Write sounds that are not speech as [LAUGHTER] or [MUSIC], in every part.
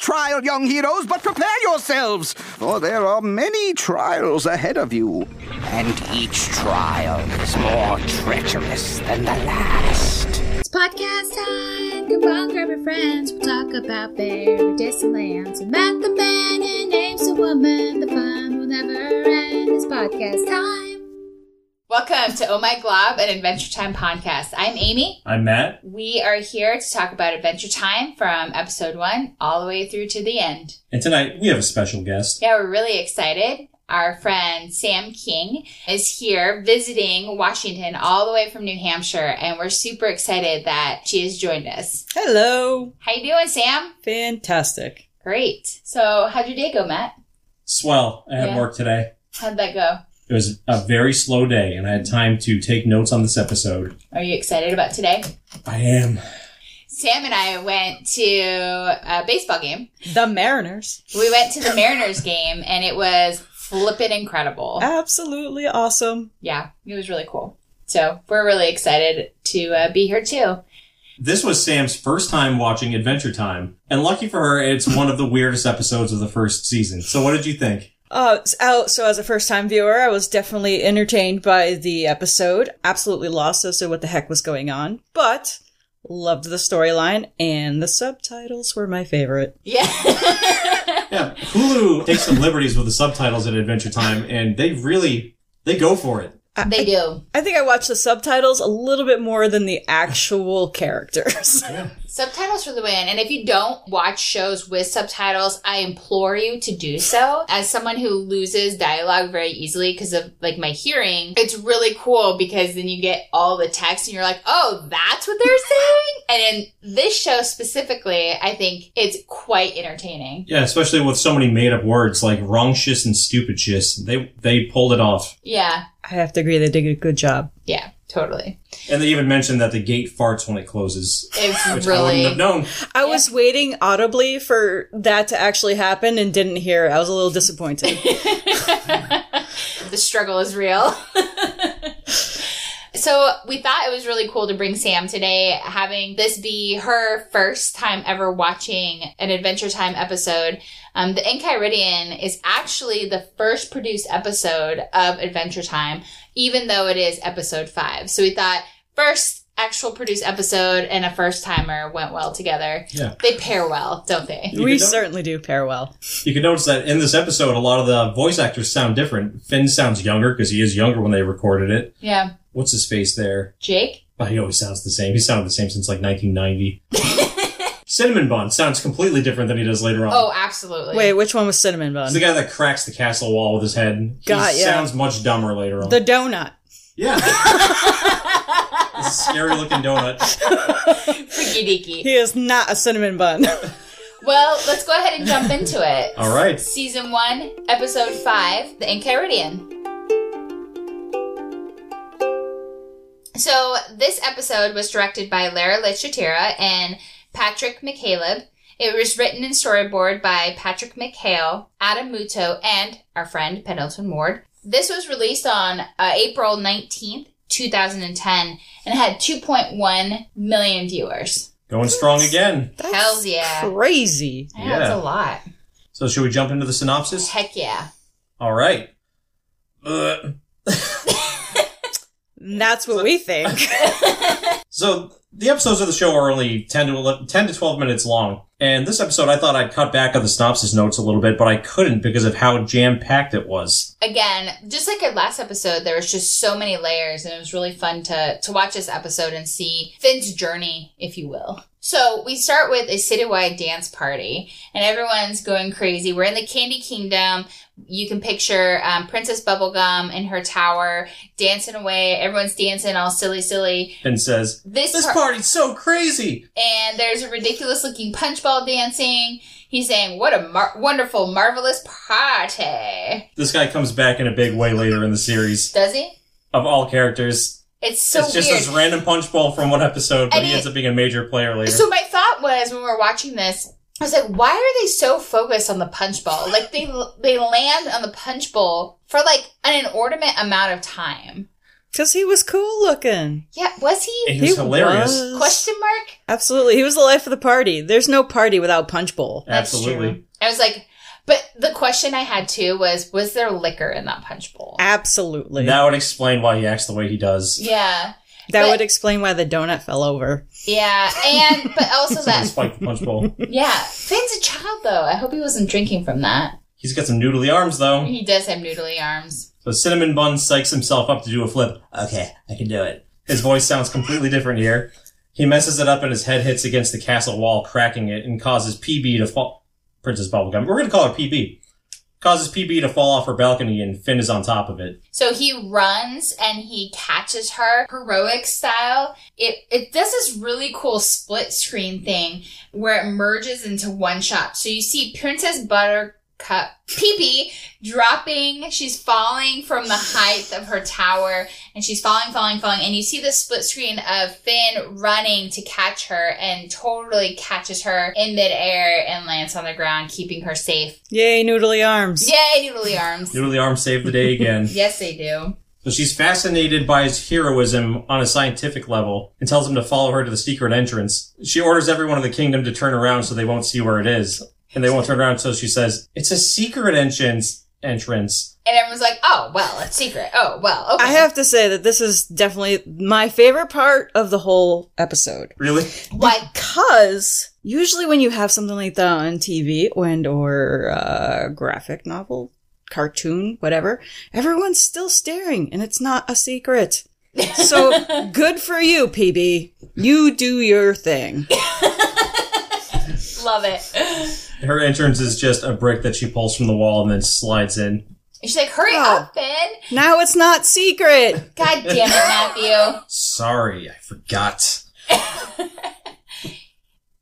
trial, young heroes, but prepare yourselves, for there are many trials ahead of you. And each trial is more treacherous than the last. It's podcast time. Come on, grab your friends. We'll talk about very distant lands. We met the man and names the woman. The fun will never end. It's podcast time. Welcome to Oh My Glob, an Adventure Time podcast. I'm Amy. I'm Matt. We are here to talk about Adventure Time from episode one all the way through to the end. And tonight we have a special guest. Yeah, we're really excited. Our friend Sam King is here visiting Washington all the way from New Hampshire, and we're super excited that she has joined us. Hello. How you doing, Sam? Fantastic. Great. So, how'd your day go, Matt? Swell. I had Yeah. work today. How'd that go? It was a very slow day, and I had time to take notes on this episode. Are you excited about today? I am. Sam and I went to a baseball game The Mariners. We went to the Mariners game and it was flippin' incredible. Absolutely awesome. Yeah, it was really cool. So we're really excited to uh, be here too. This was Sam's first time watching Adventure Time, and lucky for her, it's one of the weirdest episodes of the first season. So, what did you think? Uh, s- oh, so as a first time viewer, I was definitely entertained by the episode. Absolutely lost as to what the heck was going on, but loved the storyline and the subtitles were my favorite. Yeah. Yeah, Hulu takes some liberties with the subtitles at Adventure Time, and they really they go for it. [LAUGHS] they do. I think I watched the subtitles a little bit more than the actual characters. [LAUGHS] Subtitles for the win. And if you don't watch shows with subtitles, I implore you to do so. As someone who loses dialogue very easily because of like my hearing, it's really cool because then you get all the text and you're like, oh, that's what they're saying? And in this show specifically, I think it's quite entertaining. Yeah, especially with so many made up words like wrongshis and stupidshis. They they pulled it off. Yeah. I have to agree, they did a good job. Yeah. Totally. And they even mentioned that the gate farts when it closes. It's Which I wouldn't have really. known. I was waiting audibly for that to actually happen and didn't hear. it. I was a little disappointed. the struggle is real. [LAUGHS] so we thought it was really cool to bring Sam today, having this be her first time ever watching an Adventure Time episode. Um, the Enchiridion is actually the first produced episode of Adventure Time, even though it is episode five. So we thought first actual produced episode and a first timer went well together. Yeah. They pair well, don't they? You we could no- certainly do pair well. You can notice that in this episode, a lot of the voice actors sound different. Finn sounds younger because he is younger when they recorded it. Yeah. What's his face there? Jake? Oh, he always sounds the same. He sounded the same since like 1990. Cinnamon Bun sounds completely different than he does later on. Oh, absolutely. Wait, which one was cinnamon bun? He's the guy that cracks the castle wall with his head. God, he yeah. sounds much dumber later on. The donut. yeah. Scary looking donut. Freaky deaky. He is not a cinnamon bun. [LAUGHS] Well, let's go ahead and jump into it. [LAUGHS] All right. Season 1, Episode 5, The Enchiridion. So, this episode was directed by Lara Lechatera and Patrick McCaleb. It was written and storyboard by Patrick McHale, Adam Muto, and our friend Pendleton Ward. This was released on uh, April 19th, 2010, and had 2.1 million viewers. Going strong again. That's Hells yeah. Crazy. Yeah, that's Yeah. a lot. So, should we jump into the synopsis? Heck yeah. All right. Uh, That's what we think. [LAUGHS] [LAUGHS] So the episodes of the show are only 10 to 11, 10 to 12 minutes long. And this episode, I thought I'd cut back on the synopsis notes a little bit, but I couldn't because of how jam packed it was. Again, just like our last episode, there was just so many layers, and it was really fun to, to watch this episode and see Finn's journey, if you will. So we start with a citywide dance party, and everyone's going crazy. We're in the Candy Kingdom. You can picture um, Princess Bubblegum in her tower dancing away. Everyone's dancing all silly, silly. And says, This, "This par- party's so crazy." and there's a ridiculous looking punch ball dancing. He's saying, "What a mar- wonderful, marvelous party!" This guy comes back in a big way later in the series Does he? of all characters. It's so it's just weird. this random punch ball from one episode, but And he it- ends up being a major player later. So my thought was when we were watching this, I was like, why are they so focused on the punch bowl? Like they they land on the punch bowl for like an inordinate amount of time. Because he was cool looking. Yeah, was he? And he was He hilarious. was. Question mark? Absolutely. He was the life of the party. There's no party without Punch Bowl. That's Absolutely. true. I was like, but the question I had too was, was there liquor in that punch bowl? Absolutely. That would explain why he acts the way he does. Yeah, that but- would explain why the donut fell over. yeah, and but [LAUGHS] also that, Despite the punch bowl. yeah, Finn's a child though. I hope he wasn't drinking from that. He's got some noodly arms though. He does have noodly arms. So Cinnamon Bun psychs himself up to do a flip. Okay, I can do it. His voice sounds completely different here. He messes it up and his head hits against the castle wall, cracking it, and causes PB to fall. Princess Bubblegum. We're gonna call her PB. Causes PB to fall off her balcony and Finn is on top of it. So he runs and he catches her heroic style. It it does this really cool split screen thing where it merges into one shot. So you see Princess Buttercup Pee dropping, she's falling from the height of her tower and she's falling, falling, falling, and you see the split screen of Finn running to catch her and totally catches her in midair and lands on the ground, keeping her safe. Yay, noodly arms. Yay, noodly arms. Noodly arms save the day again. Yes, they do. So she's fascinated by his heroism on a scientific level and tells him to follow her to the secret entrance. She orders everyone in the kingdom to turn around so they won't see where it is. And they won't turn around, so she says, It's a secret entrance entrance. And everyone's like, oh, well, it's secret. Oh, well, okay. I have to say that this is definitely my favorite part of the whole episode. Really? Like, Because usually when you have something like that on TV and or uh, graphic novel, cartoon, whatever, everyone's still staring and it's not a secret. So good for you, PB. You do your thing. love it. And Her entrance is just a brick that she pulls from the wall and then slides in. she's like, hurry Oh. up, Ben. Now it's not secret. God damn it, Matthew. Sorry, I forgot.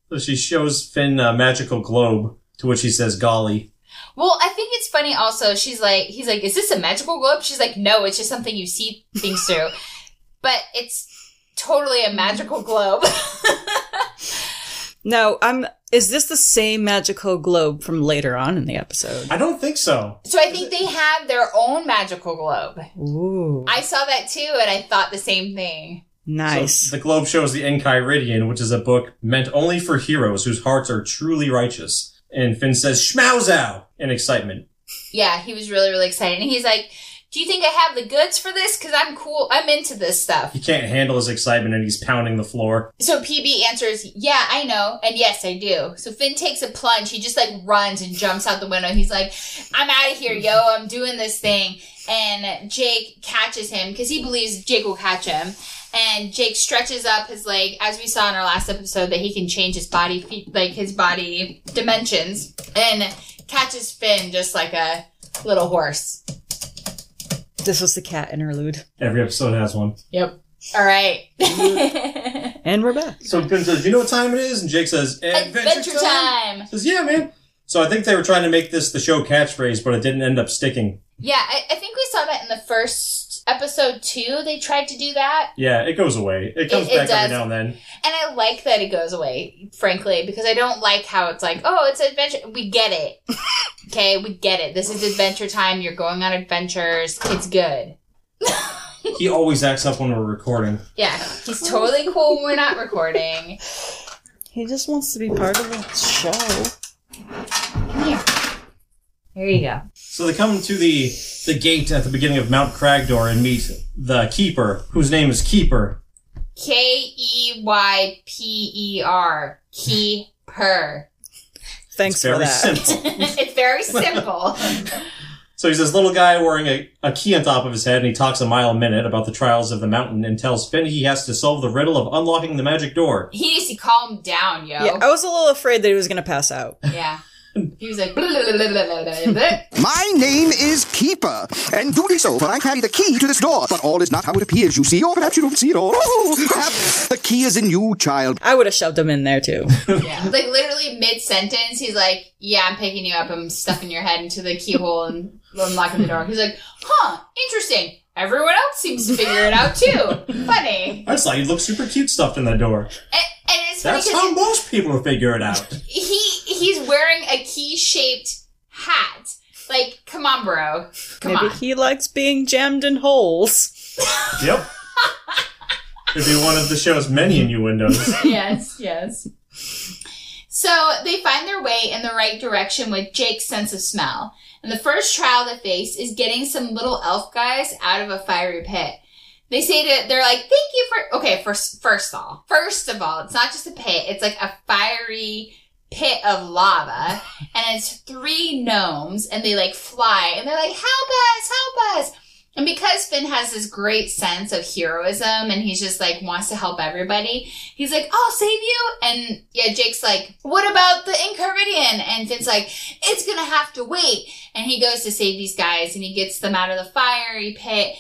so she shows Finn a magical globe, to which he says, Golly. Well, I think it's funny also. She's like, he's like, is this a magical globe? She's like, no, it's just something you see things through. But it's totally a magical globe. [LAUGHS] Now I'm is this the same magical globe from later on in the episode? I don't think so. so I think they have their own magical globe. Ooh. I saw that too, and I thought the same thing. Nice. So the globe shows the Enchiridion, which is a book meant only for heroes whose hearts are truly righteous. And Finn says, Schmauzow! in excitement. Yeah, he was really, really excited. And he's like, do you think I have the goods for this? Because I'm cool. I'm into this stuff. He can't handle his excitement and he's pounding the floor. So PB answers, "Yeah, I know, and yes, I do." So Finn takes a plunge. He just like runs and jumps out the window. He's like, "I'm out of here, yo! I'm doing this thing." And Jake catches him because he believes Jake will catch him. And Jake stretches up his leg, as we saw in our last episode, that he can change his body, fe- like his body dimensions, and catches Finn just like a little horse. This was the cat interlude. Every episode has one. Yep. All right. And we're back. So Finn says, You know what time it is? And Jake says, [LAUGHS] Adventure, Adventure time. Says, Yeah, man. So I think they were trying to make this the show catchphrase, but it didn't end up sticking. Yeah, I, I think we saw that in the first episode too. They tried to do that, Yeah, it goes away. It comes It- it back does. every now and then. and I like that it goes away. Frankly, because I don't like how it's like, oh, it's adventure. We get it. okay, we get it. This is adventure time. You're going on adventures. It's good. He always acts up when we're recording. Yeah, he's totally cool when we're not recording. He just wants to be part of the show. Here you go. So they come to the the gate at the beginning of Mount Cragdor and meet the keeper, whose name is Keeper. K E Y P E R. Keeper. [LAUGHS] Thanks for Very that. simple. it's very simple. so he's this little guy wearing a, a key on top of his head, and he talks a mile a minute about the trials of the mountain and tells Finn he has to solve the riddle of unlocking the magic door. He needs to calm down, yo. Yeah, I was a little afraid that he was going to pass out. Yeah. He was like, [LAUGHS] "Bleh." My name is Keeper, and duly so, for I carry the key to this door. But all is not how it appears, you see, or perhaps you don't see it all. [LAUGHS] Oh, perhaps the key is in you, child. I would have shoved him in there [LAUGHS] too. yeah. Like literally mid sentence, he's like, "Yeah, I'm picking you up. I'm stuffing your head into the keyhole and unlocking the door." He's like, "Huh, interesting. Everyone else seems to figure it out too. Funny." I saw you look super cute stuffed in that door. And, and it's funny That's how because most people figure it out. he he's wearing a key shaped hat. Like, come on, bro. Come Maybe on. he likes being jammed in holes. Yep. Could be one of the show's many innuendos. [LAUGHS] yes, yes. So they find their way in the right direction with Jake's sense of smell. And the first trial they face is getting some little elf guys out of a fiery pit. They say to, they're like, thank you for, okay, first, first of all, first of all, it's not just a pit, it's like a fiery pit of lava. And it's three gnomes and they like fly and they're like, help us, help us. And because Finn has this great sense of heroism and he's just like wants to help everybody, he's like, I'll save you. And yeah, Jake's like, What about the Incaridian? And Finn's like, It's gonna have to wait. And he goes to save these guys and he gets them out of the fiery pit.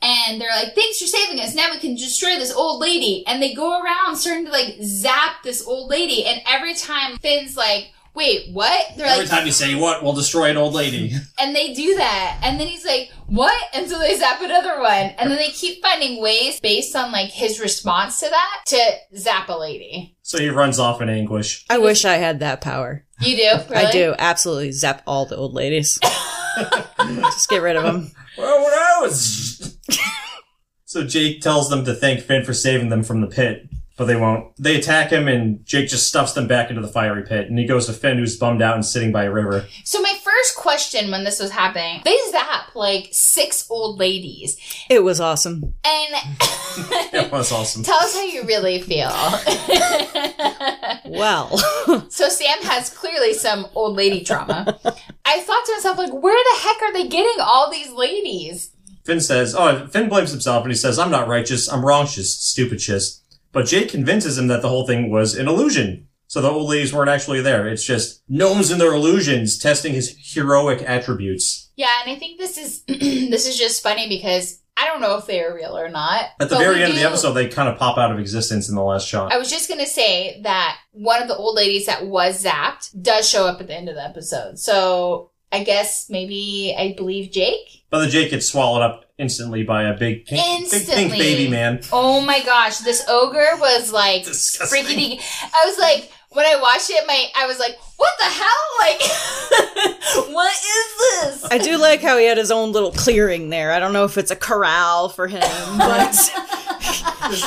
And they're like, Thanks for saving us. Now we can destroy this old lady. And they go around starting to like zap this old lady. And every time Finn's like, Wait, what? They're Every like, time you say what, we'll destroy an old lady. and they do that. And then he's like, what? And so they zap another one. And then they keep finding ways based on like his response to that to zap a lady. So he runs off in anguish. I wish I had that power. You do? Really? [LAUGHS] I do absolutely zap all the old ladies. [LAUGHS] Just get rid of them. Well, what else? [LAUGHS] so Jake tells them to thank Finn for saving them from the pit, but they won't. They attack him, and Jake just stuffs them back into the fiery pit, and he goes to Finn, who's bummed out and sitting by a river. So my first question when this was happening, they zap like six old ladies. It was awesome. And [LAUGHS] That was awesome. tell us how you really feel. [LAUGHS] Well, [LAUGHS] so Sam has clearly some old lady trauma. I thought to myself, like, where the heck are they getting all these ladies? Finn says, oh, Finn blames himself, and he says, I'm not righteous, I'm wrongtious, stupid shist. But Jake convinces him that the whole thing was an illusion. So the old ladies weren't actually there. It's just gnomes and their illusions testing his heroic attributes. Yeah, and I think this is [CLEARS THROAT] this is just funny because I don't know if they are real or not. At the but very we end of do- the episode, they kind of pop out of existence in the last shot. I was just gonna say that one of the old ladies that was zapped does show up at the end of the episode. So I guess maybe I believe Jake. But the Jake gets swallowed up instantly by a big pink, big pink Instantly. baby man. Oh my gosh, this ogre was like Disgusting. freaking. I was like, when I watched it, my I was like, what the hell? [LAUGHS] Like, what is this? I do like how he had his own little clearing there. I don't know if it's a corral for him, but This,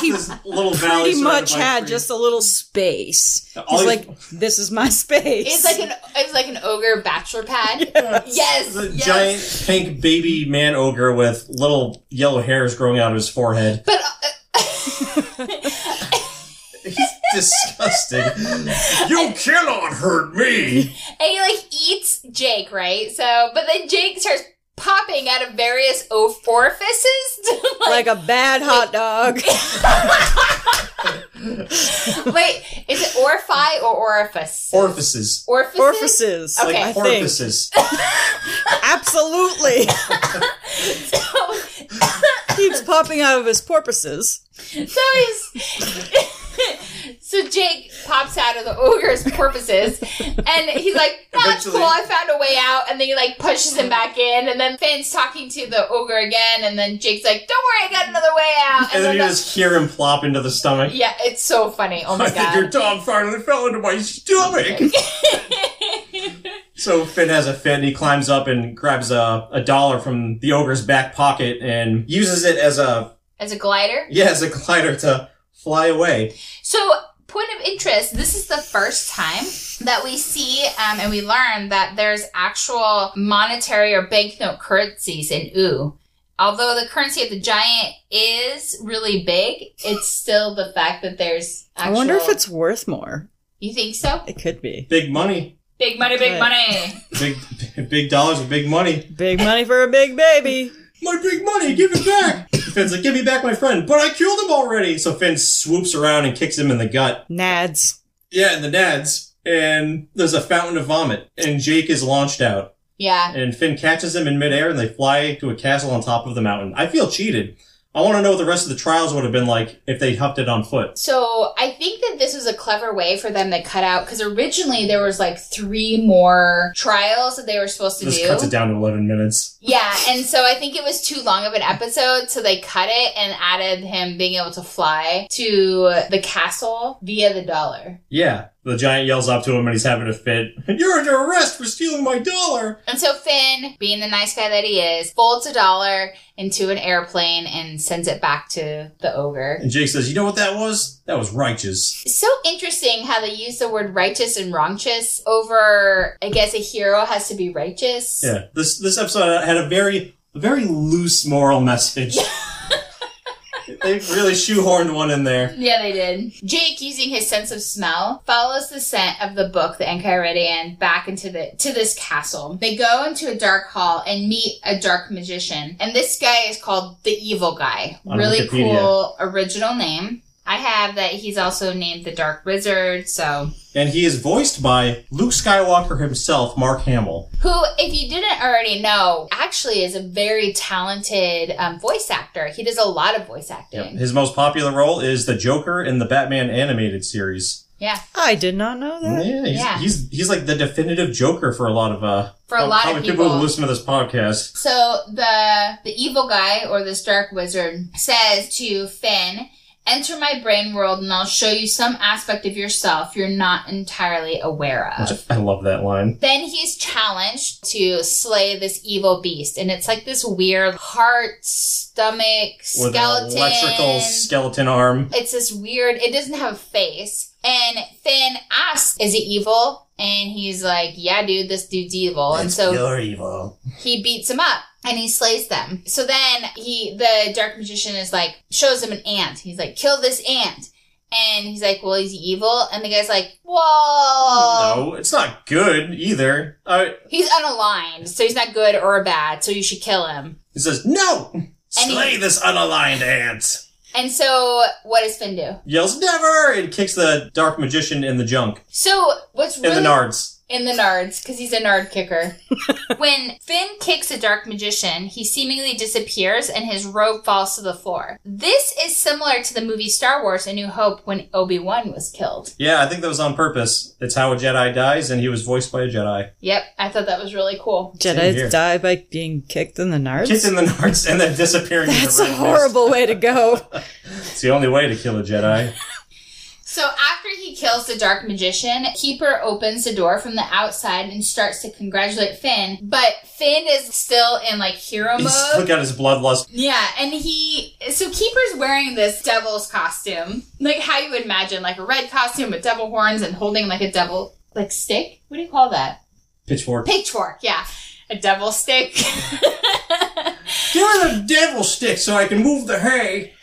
[LAUGHS] this little valley pretty surrounded much by had trees. just a little space. He's All he's- like, this is my space. It's like an it's like an ogre bachelor pad. [LAUGHS] Yes, a yes. giant pink baby man ogre with little yellow hairs growing out of his forehead. But uh, [LAUGHS] He's disgusting. you cannot hurt me. And he like eats Jake, right? So, but then Jake starts popping out of various o- orifices. [LAUGHS] to, like, like a bad hot dog. wait, is it orphi or orifice? Orifices. orifices. Orifices. Okay. I Like think. orifices. [LAUGHS] Absolutely. So, Keeps popping out of his porpoises. [LAUGHS] so he's. [LAUGHS] So Jake pops out of the ogre's porpoises, and he's like, "That's Eventually- cool. I found a way out." And then he like pushes him back in, and then Finn's talking to the ogre again, and then Jake's like, "Don't worry, I got another way out." And then you they're just hear him plop into the stomach. like- yeah, it's so funny. Oh my I god! think [LAUGHS] your dog finally fell into my [LAUGHS] stomach. so Finn has a fit and he climbs up and grabs a, a dollar from the ogre's back pocket and uses it as a As a glider, yeah, as a glider to fly away. So, point of interest, this is the first time that we see um, and we learn that there's actual monetary or banknote currencies in OO. Although the currency of the giant is really big, it's still the fact that there's actual. I wonder if it's worth more. You think so? It could be. Big money. Big money, big Right. money. Big [LAUGHS] big dollars with big money. Big money for a big baby. My big money, give it back. [COUGHS] Finn's like, give me back my friend, but I killed him already. So Finn swoops around and kicks him in the gut. Nads. Yeah, and the nads. And there's a fountain of vomit. And Jake is launched out. Yeah. And Finn catches him in midair and they fly to a castle on top of the mountain. I feel cheated. I want to know what the rest of the trials would have been like if they huffed it on foot. So I think that this was a clever way for them to cut out because originally there was like three more trials that they were supposed to This do. cuts it down to 11 minutes. Yeah, and so I think it was too long of an episode, so they cut it and added him being able to fly to the castle via the dollar. Yeah. The giant yells up to him and he's having a fit. [LAUGHS] You're under arrest for stealing my dollar! And so Finn, being the nice guy that he is, folds a dollar into an airplane and sends it back to the ogre. And Jake says, You know what that was? That was righteous. It's so interesting how they use the word righteous and wrongchous over, I guess, a hero has to be righteous. Yeah. This this episode had a very a very loose moral message. [LAUGHS] they really shoehorned one in there. Yeah, they did. Jake, using his sense of smell, follows the scent of the book, the Enchiridion, back into the to this castle. They go into a dark hall and meet a dark magician, and this guy is called the Evil Guy. On really Wikipedia. cool original name. I have that he's also named the Dark Wizard. So, And he is voiced by Luke Skywalker himself, Mark Hamill. who, if you didn't already know, actually is a very talented um, voice actor. He does a lot of voice acting. His most popular role is the Joker in the Batman animated series. Yeah. I did not know that. Yeah, he's, Yeah. he's he's like the definitive Joker for a lot of uh For a lot of probably people. who listen to this podcast. So the the evil guy or this dark wizard says to Finn, "Enter my brain world, and I'll show you some aspect of yourself you're not entirely aware Which of." I love that line. Then he's challenged to slay this evil beast, and it's like this weird heart, stomach, With an skeleton. electrical skeleton arm. it's this weird. It doesn't have a face, and Finn asks, "Is it evil?" And he's like, "Yeah, dude, this dude's evil." and Oh, so evil. he beats him up and he slays them. So then he, the dark magician is like, shows him an ant. He's like, kill this ant. And he's like, well, he's evil. And the guy's like, whoa. No, it's not good either. I, He's unaligned. So he's not good or bad. So you should kill him. he says, "No, he- slay this unaligned ant." And so what does Finn do? Yells, "Never!" and kicks the dark magician in the junk So what's in really the nards. in the nards because he's a nard kicker. when Finn kicks a dark magician, he seemingly disappears and his robe falls to the floor. This is similar to the movie Star Wars: A New Hope when Obi Wan was killed. Yeah, I think that was on purpose. It's how a Jedi dies, and he was voiced by a Jedi. Yep, I thought that was really cool. Mm-hmm. Same here. Jedi die by being kicked in the nards? Kicked in the nards and then disappearing. into [LAUGHS] That's a red mist. horrible way [LAUGHS] to go. It's the only way to kill a Jedi. So after he kills the dark magician, Keeper opens the door from the outside and starts to congratulate Finn, but Finn is still in like hero He's mode. still got his bloodlust. Yeah, and he so Keeper's wearing this devil's costume, like how you would imagine, like a red costume with devil horns and holding like a devil like stick. What do you call that? Pitchfork. Pitchfork. Yeah, a devil stick. [LAUGHS] Give her the devil stick so I can move the hay.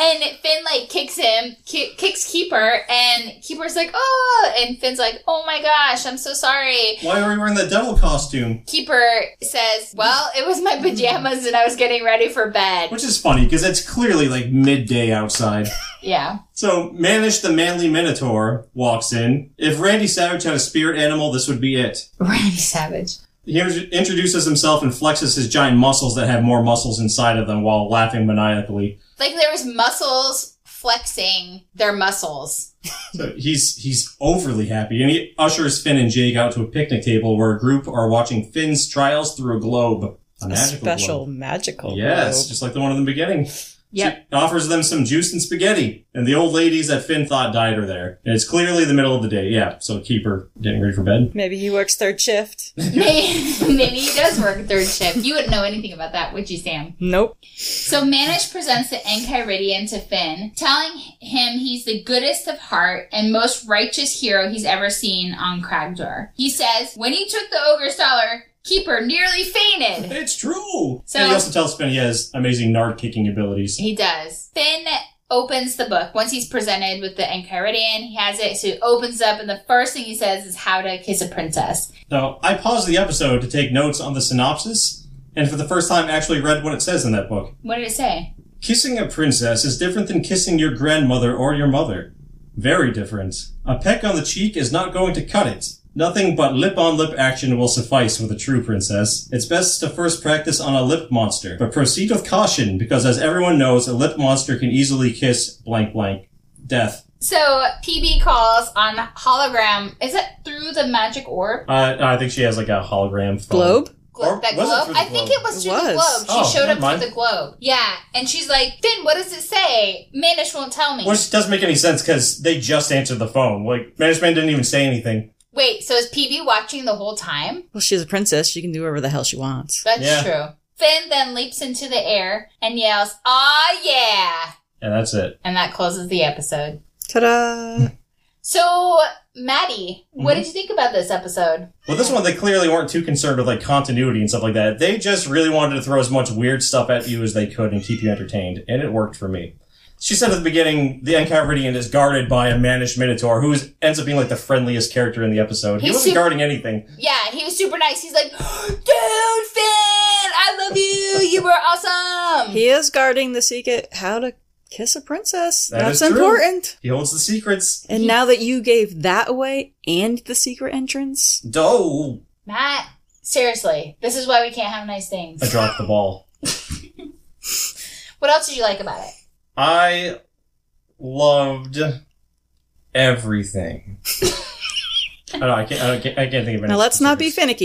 and Finn like kicks him, ki- kicks Keeper, and Keeper's like, oh, and Finn's like, oh my gosh, I'm so sorry. Why are we wearing the devil costume? Keeper says, well, it was my pajamas and I was getting ready for bed. Which is funny because it's clearly like midday outside. Yeah. So, Manish the Manly Minotaur walks in. If Randy Savage had a spirit animal, this would be it. [LAUGHS] Randy Savage. He introduces himself and flexes his giant muscles that have more muscles inside of them while laughing maniacally. Like there was muscles flexing their muscles. So he's he's overly happy, and he ushers Finn and Jake out to a picnic table where a group are watching Finn's trials through a globe, a A magical special globe. magical. Yes, globe. just like the one in the beginning. Yep. She offers them some juice and spaghetti, and the old ladies that Finn thought died are there. And it's clearly the middle of the day. Yeah, so keep her getting ready for bed. Maybe he works third shift. Maybe, [LAUGHS] maybe he does work third shift. You wouldn't know anything about that, would you, Sam? Nope. So Manish presents the Enchiridion to Finn, telling him he's the goodest of heart and most righteous hero he's ever seen on Kragdor. He says, when he took the ogre's dollar, Keeper nearly fainted. It's true. So- and he also tells Finn he has amazing nard kicking abilities. He does. Finn opens the book. Once he's presented with the Enchiridion, he has it, so he opens up, and the first thing he says is how to kiss a princess. Now, I paused the episode to take notes on the synopsis, and for the first time, actually read what it says in that book. What did it say? Kissing a princess is different than kissing your grandmother or your mother. Very different. A peck on the cheek is not going to cut it. Nothing but lip on lip action will suffice with a true princess. It's best to first practice on a lip monster, but proceed with caution because as everyone knows, a lip monster can easily kiss blank blank death. So PB calls on hologram. Is it through the magic orb? Uh, I think she has like a hologram phone. Globe? glo- Or that was it globe. through the I think globe? it was It through the was. globe. She Oh, showed up never mind. through the globe. Yeah, and she's like, "Finn, what does it say?" Manish won't tell me. Which doesn't make any sense because they just answered the phone. Like, management didn't even say anything. Wait, so is PB watching the whole time? Well, she's a princess. She can do whatever the hell she wants. That's Yeah. true. Finn then leaps into the air and yells, "Ah, yeah!" And that's it. And that closes the episode. Ta da! So, Maddie, what Mm-hmm. did you think about this episode? Well, this one, they clearly weren't too concerned with, like, continuity and stuff like that. They just really wanted to throw as much weird stuff at you as they could and keep you entertained. And it worked for me. She said at the beginning, the Enchiridion is guarded by a managed Minotaur who is, ends up being, like, the friendliest character in the episode. He He's wasn't super- guarding anything. Yeah, and he was super nice. He's like, [GASPS] "Dude, Finn, I love you. You were awesome." He is guarding the secret how to kiss a princess. That That's is true. important. He holds the secrets. And now that you gave that away and the secret entrance, Doh! Matt, seriously, this is why we can't have nice things. I dropped the ball. What else did you like about it? I loved everything. [LAUGHS] I, don't, I, can't, I, can't, I can't think of any. now let's not be specifics.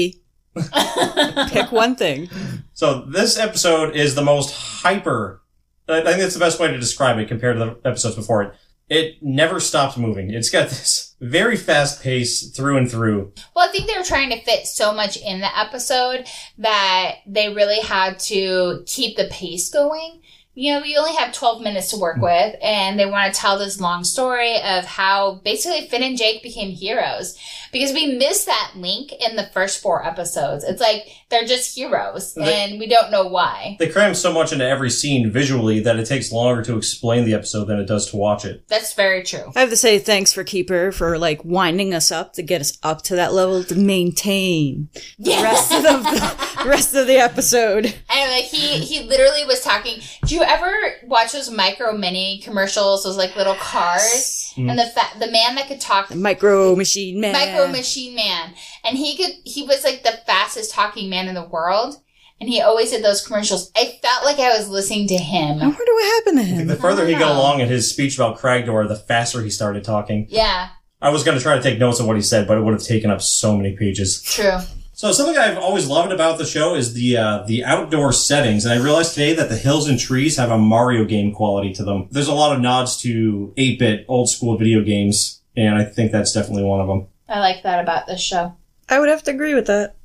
[LAUGHS] finicky. Pick one thing. So this episode is the most hyper. I I think that's the best way to describe it compared to the episodes before it. It never stops moving. It's got [LAUGHS] this very fast pace through and through. Well, I think they were trying to fit so much in the episode that they really had to keep the pace going. You know, you only have 12 minutes to work with, and they want to tell this long story of how basically Finn and Jake became heroes because we missed that link in the first four episodes. It's like they're just heroes, They- and we don't know why. They cram so much into every scene visually that it takes longer to explain the episode than it does to watch it. That's very true. I have to say thanks for Keeper for like winding us up to get us up to that level to maintain the rest of the rest of the episode. Anyway, he he literally was talking. Do you ever watch those micro mini commercials? Those like little cars, and the fa- the man that could talk Micro Machine Man. Micro Machine Man, and he could he was like the fastest talking man in the world, and he always did those commercials. I felt like I was listening to I him. wonder what happened to him. The further he Ah. got Wow. along in his speech about Kragdor, the faster he started talking. Yeah, I was going to try to take notes of what he said, but it would have taken up so many pages. true. So something I've always loved about the show is the uh, the outdoor settings, and I realized today that the hills and trees have a Mario game quality to them. There's a lot of nods to 8-bit old school video games, and I think that's definitely one of them. I like that about this show. I would have to agree with that.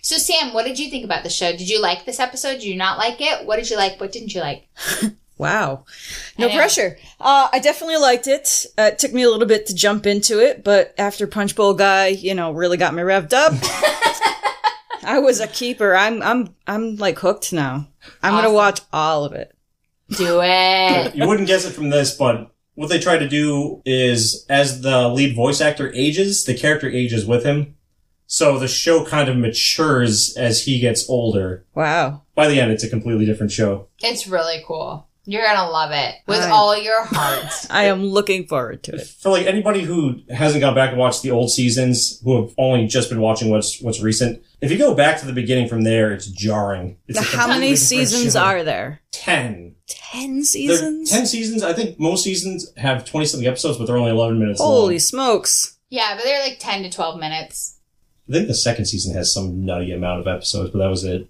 So Sam, what did you think about the show? Did you like this episode? Did you not like it? What did you like? What didn't you like? Wow. No I know. pressure. Uh, I definitely liked it. Uh, it took me a little bit to jump into it, but after Punch Bowl Guy, you know, really got me [LAUGHS] revved up. I was a keeper. I'm, I'm, I'm like hooked now. I'm gonna Awesome. watch all of it. Do it. You wouldn't guess it from this, but what they try to do is as the lead voice actor ages, the character ages with him. So the show kind of matures as he gets older. Wow. By the end, it's a completely different show. [LAUGHS] It's really cool. You're gonna love it with Alright. all your heart. I am looking forward to it. for like anybody who hasn't gone back and watched the old seasons, who have only just been watching what's what's recent, if you go back to the beginning from there, it's jarring. It's Now, a how completely many different seasons show. are there? ten? Ten There- seasons. ten seasons. I think most seasons have twenty something episodes, but they're only eleven minutes long. Holy smokes! yeah, but they're like ten to twelve minutes. I think the second season has some nutty amount of episodes, but that was it.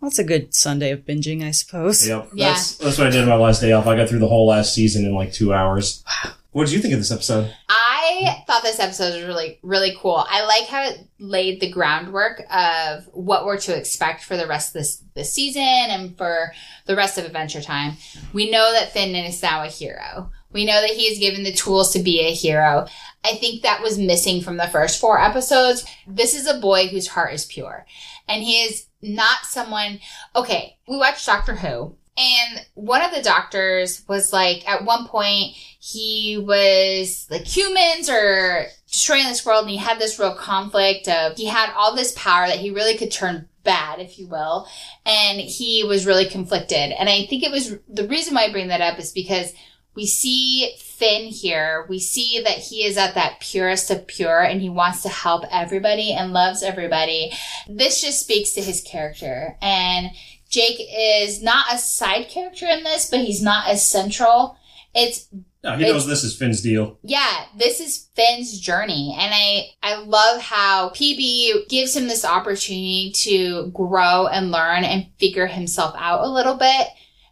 That's a good Sunday of binging, I suppose. Yep. Yeah. That's that's what I did on my last day off. I got through the whole last season in like two hours. What did you think of this episode? I thought this episode was really, really cool. I like how it laid the groundwork of what we're to expect for the rest of this, this season and for the rest of Adventure Time. We know that Finn is now a hero. We know that he is given the tools to be a hero. I think that was missing from the first four episodes. This is a boy whose heart is pure. And he is not someone. Okay, we watched Doctor Who. And one of the doctors was like, at one point, he was like humans are destroying this world and he had this real conflict of he had all this power that he really could turn bad if you will and he was really conflicted and i think it was the reason why i bring that up is because we see finn here we see that he is at that purest of pure and he wants to help everybody and loves everybody this just speaks to his character and jake is not a side character in this but he's not as central it's No, he It's- knows this is Finn's deal. Yeah, this is Finn's journey, and I I love how PB gives him this opportunity to grow and learn and figure himself out a little bit,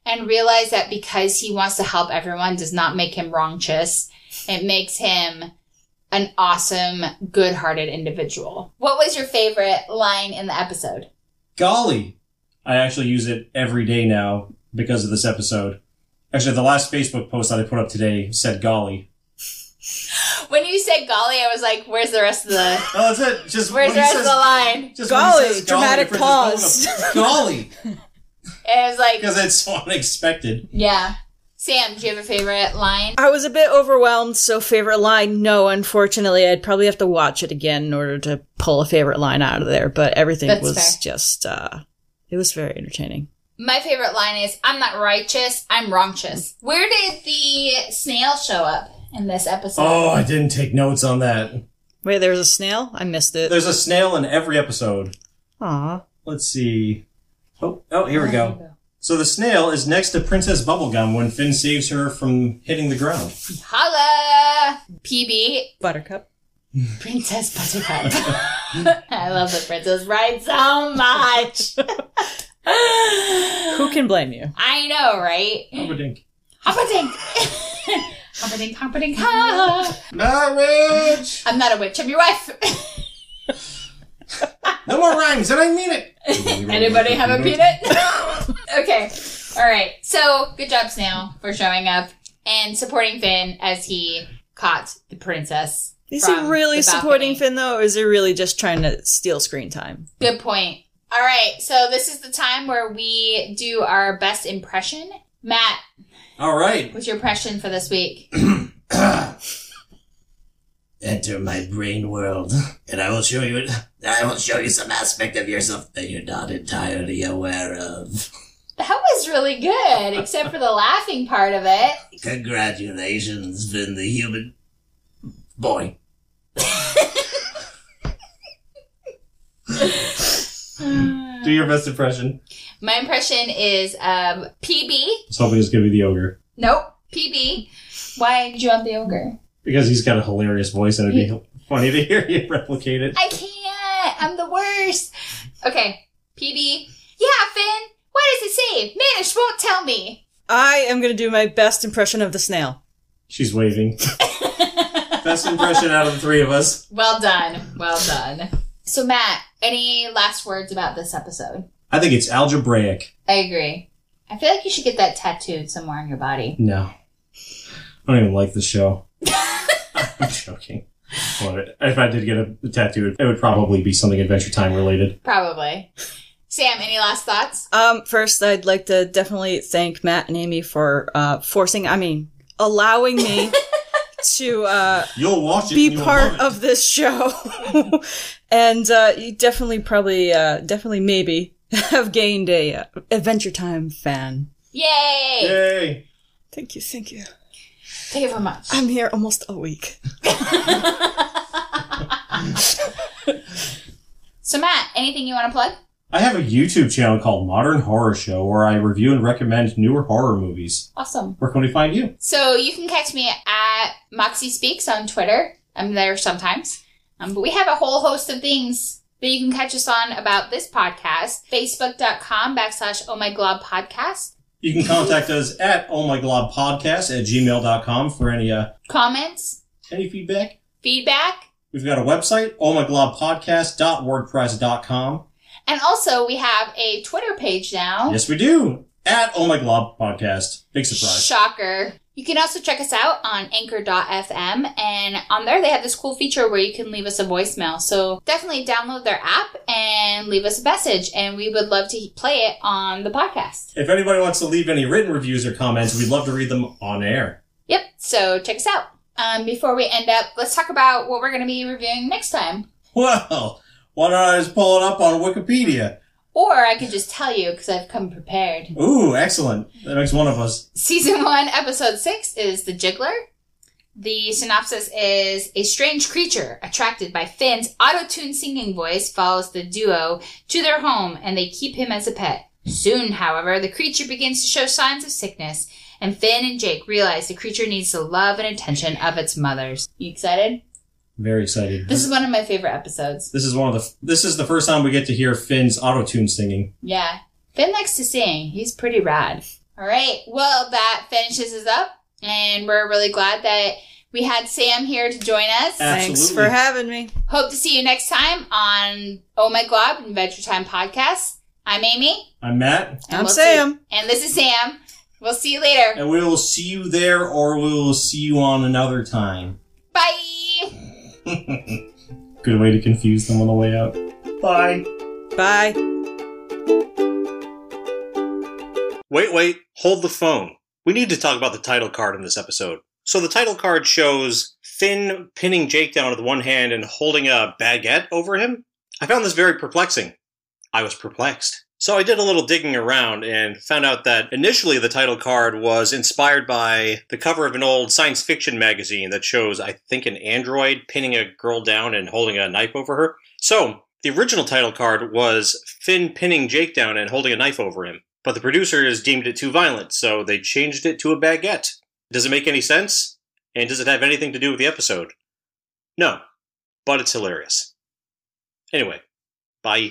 and realize that because he wants to help everyone does not make him wrongchus. It makes him an awesome, good-hearted individual. What was your favorite line in the episode? Golly! I actually use it every day now because of this episode. Actually, the last Facebook post that I put up today said golly. When you said "golly," I was like, "Where's the rest of the Oh, that's it. Just Where's the when he rest says- of the line?" just when he Golly, says dramatic Princess Ballroom, [LAUGHS] pause. golly! And I was like, Because it's so unexpected. "Yeah." Sam, do you have a favorite line? I was a bit overwhelmed, so favorite line, no, unfortunately. I'd probably have to watch it again in order to pull a favorite line out of there, but everything That's was fair. just, uh, it was very entertaining. My favorite line is, I'm not righteous, I'm wrongchous. Where did the snail show up in this episode? Oh, I didn't take notes on that. Wait, there was a snail? I missed it. There's a snail in every episode. Aw. Let's see. Oh, oh, here we go. So the snail is next to Princess Bubblegum when Finn saves her from hitting the ground. Holla! PB, Buttercup. Princess Buttercup. I love the Princess Bride so much. [LAUGHS] Who can blame you? I know, right? Humperdink. [LAUGHS] Hoppadink! Hoppadink, hoppadink, ha! Marriage! I'm not a witch, I'm your wife. No more rhymes, and I mean it! [LAUGHS] Anybody have a peanut? [LAUGHS] okay. All right. So good job, Snail, for showing up and supporting Finn as he caught the princess. Is from he really the supporting balcony. Finn, though, or is he really just trying to steal screen time? Good point. All right. So this is the time where we do our best impression. Matt, All right. what's your impression for this week? Enter my brain world, and I will show you. I will show you some aspect of yourself that you're not entirely aware of. That was really good, except for the laughing part of it. Congratulations, Finn the human boy. Do your best impression. My impression is um, PB. I was hoping it was going to be the ogre. Nope. PB. Why did you want the ogre? Because he's got a hilarious voice, and it'd be funny to hear you replicate it. I can't. I'm the worst. Okay, PB. Yeah, Finn. Why does it say Manish won't tell me? I am going to do my best impression of the snail. She's [LAUGHS] waving. best impression out of the three of us. Well done. Well done. So Matt, any last words about this episode? I think it's algebraic. I agree. I feel like you should get that tattooed somewhere on your body. No. I don't even like the [LAUGHS] show. I'm joking. But if I did get a tattoo, it would probably be something Adventure Time related. Probably. Sam, any last thoughts? Um, first, I'd like to definitely thank Matt and Amy for uh, forcing, I mean, [LAUGHS] allowing me to uh, You'll watch it. be and you'll part love of this show. [LAUGHS] and uh, you definitely, probably, uh, definitely, maybe [LAUGHS] have gained a uh, Adventure Time fan. Yay! it. Yay! Thank you, thank you. Thank you very much. I'm here almost a week. So Matt, anything you want to plug? I have a YouTube channel called Modern Horror Show where I review and recommend newer horror movies. Awesome. Where can we find you? So you can catch me at Moxie Speaks on Twitter. I'm there sometimes. Um, but we have a whole host of things that you can catch us on about this podcast. Facebook.com backslash Oh My Glob Podcast. You can contact us at ohmyglobpodcast at gmail.com for any uh, Comments, any feedback. feedback. We've got a website, ohmyglobpodcast.wordpress.com. And also we have a Twitter page now. Yes, we do. At Oh My Glob Podcast. Big surprise. Shocker. You can also check us out on anchor.fm and on there they have this cool feature where you can leave us a voicemail. So definitely download their app and leave us a message and we would love to play it on the podcast. If anybody wants to leave any written reviews or comments, we'd love to read them on air. Yep. So check us out. Um, before we end up, let's talk about what we're going to be reviewing next time. Well, why don't I just pull it up on Wikipedia? Or I could just tell you because I've come prepared. Ooh, excellent. That makes one of us. Season 1, Episode 6 is The Jiggler. The synopsis is a strange creature attracted by Finn's auto tuned singing voice follows the duo to their home and they keep him as a pet. Soon, however, the creature begins to show signs of sickness and Finn and Jake realize the creature needs the love and attention of its mothers. You excited? Very excited. This is one of my favorite episodes. This is one of the. This is the first time we get to hear Finn's auto tune singing. Yeah. Finn likes to sing. He's pretty rad. All right. Well, that finishes us up. And we're really glad that we had Sam here to join us. Thanks for having me. Hope to see you next time on Oh My Glob and Adventure Time podcast. I'm Amy. I'm Matt, and I'm we'll Sam. see- and this is Sam. We'll see you later. and we will see you there, or we will see you on another time. Bye. Good way to confuse them on the way out. Bye. Bye. Wait, wait, hold the phone. We need to talk about the title card in this episode. So the title card shows Finn pinning Jake down with one hand and holding a baguette over him. I found this very perplexing. I was perplexed. So I did a little digging around and found out that initially the title card was inspired by the cover of an old science fiction magazine that shows, I think, an android pinning a girl down and holding a knife over her. So the original title card was Finn pinning Jake down and holding a knife over him, but the producers deemed it too violent, so they changed it to a baguette. Does it make any sense? And does it have anything to do with the episode? No, but it's hilarious. Anyway, bye.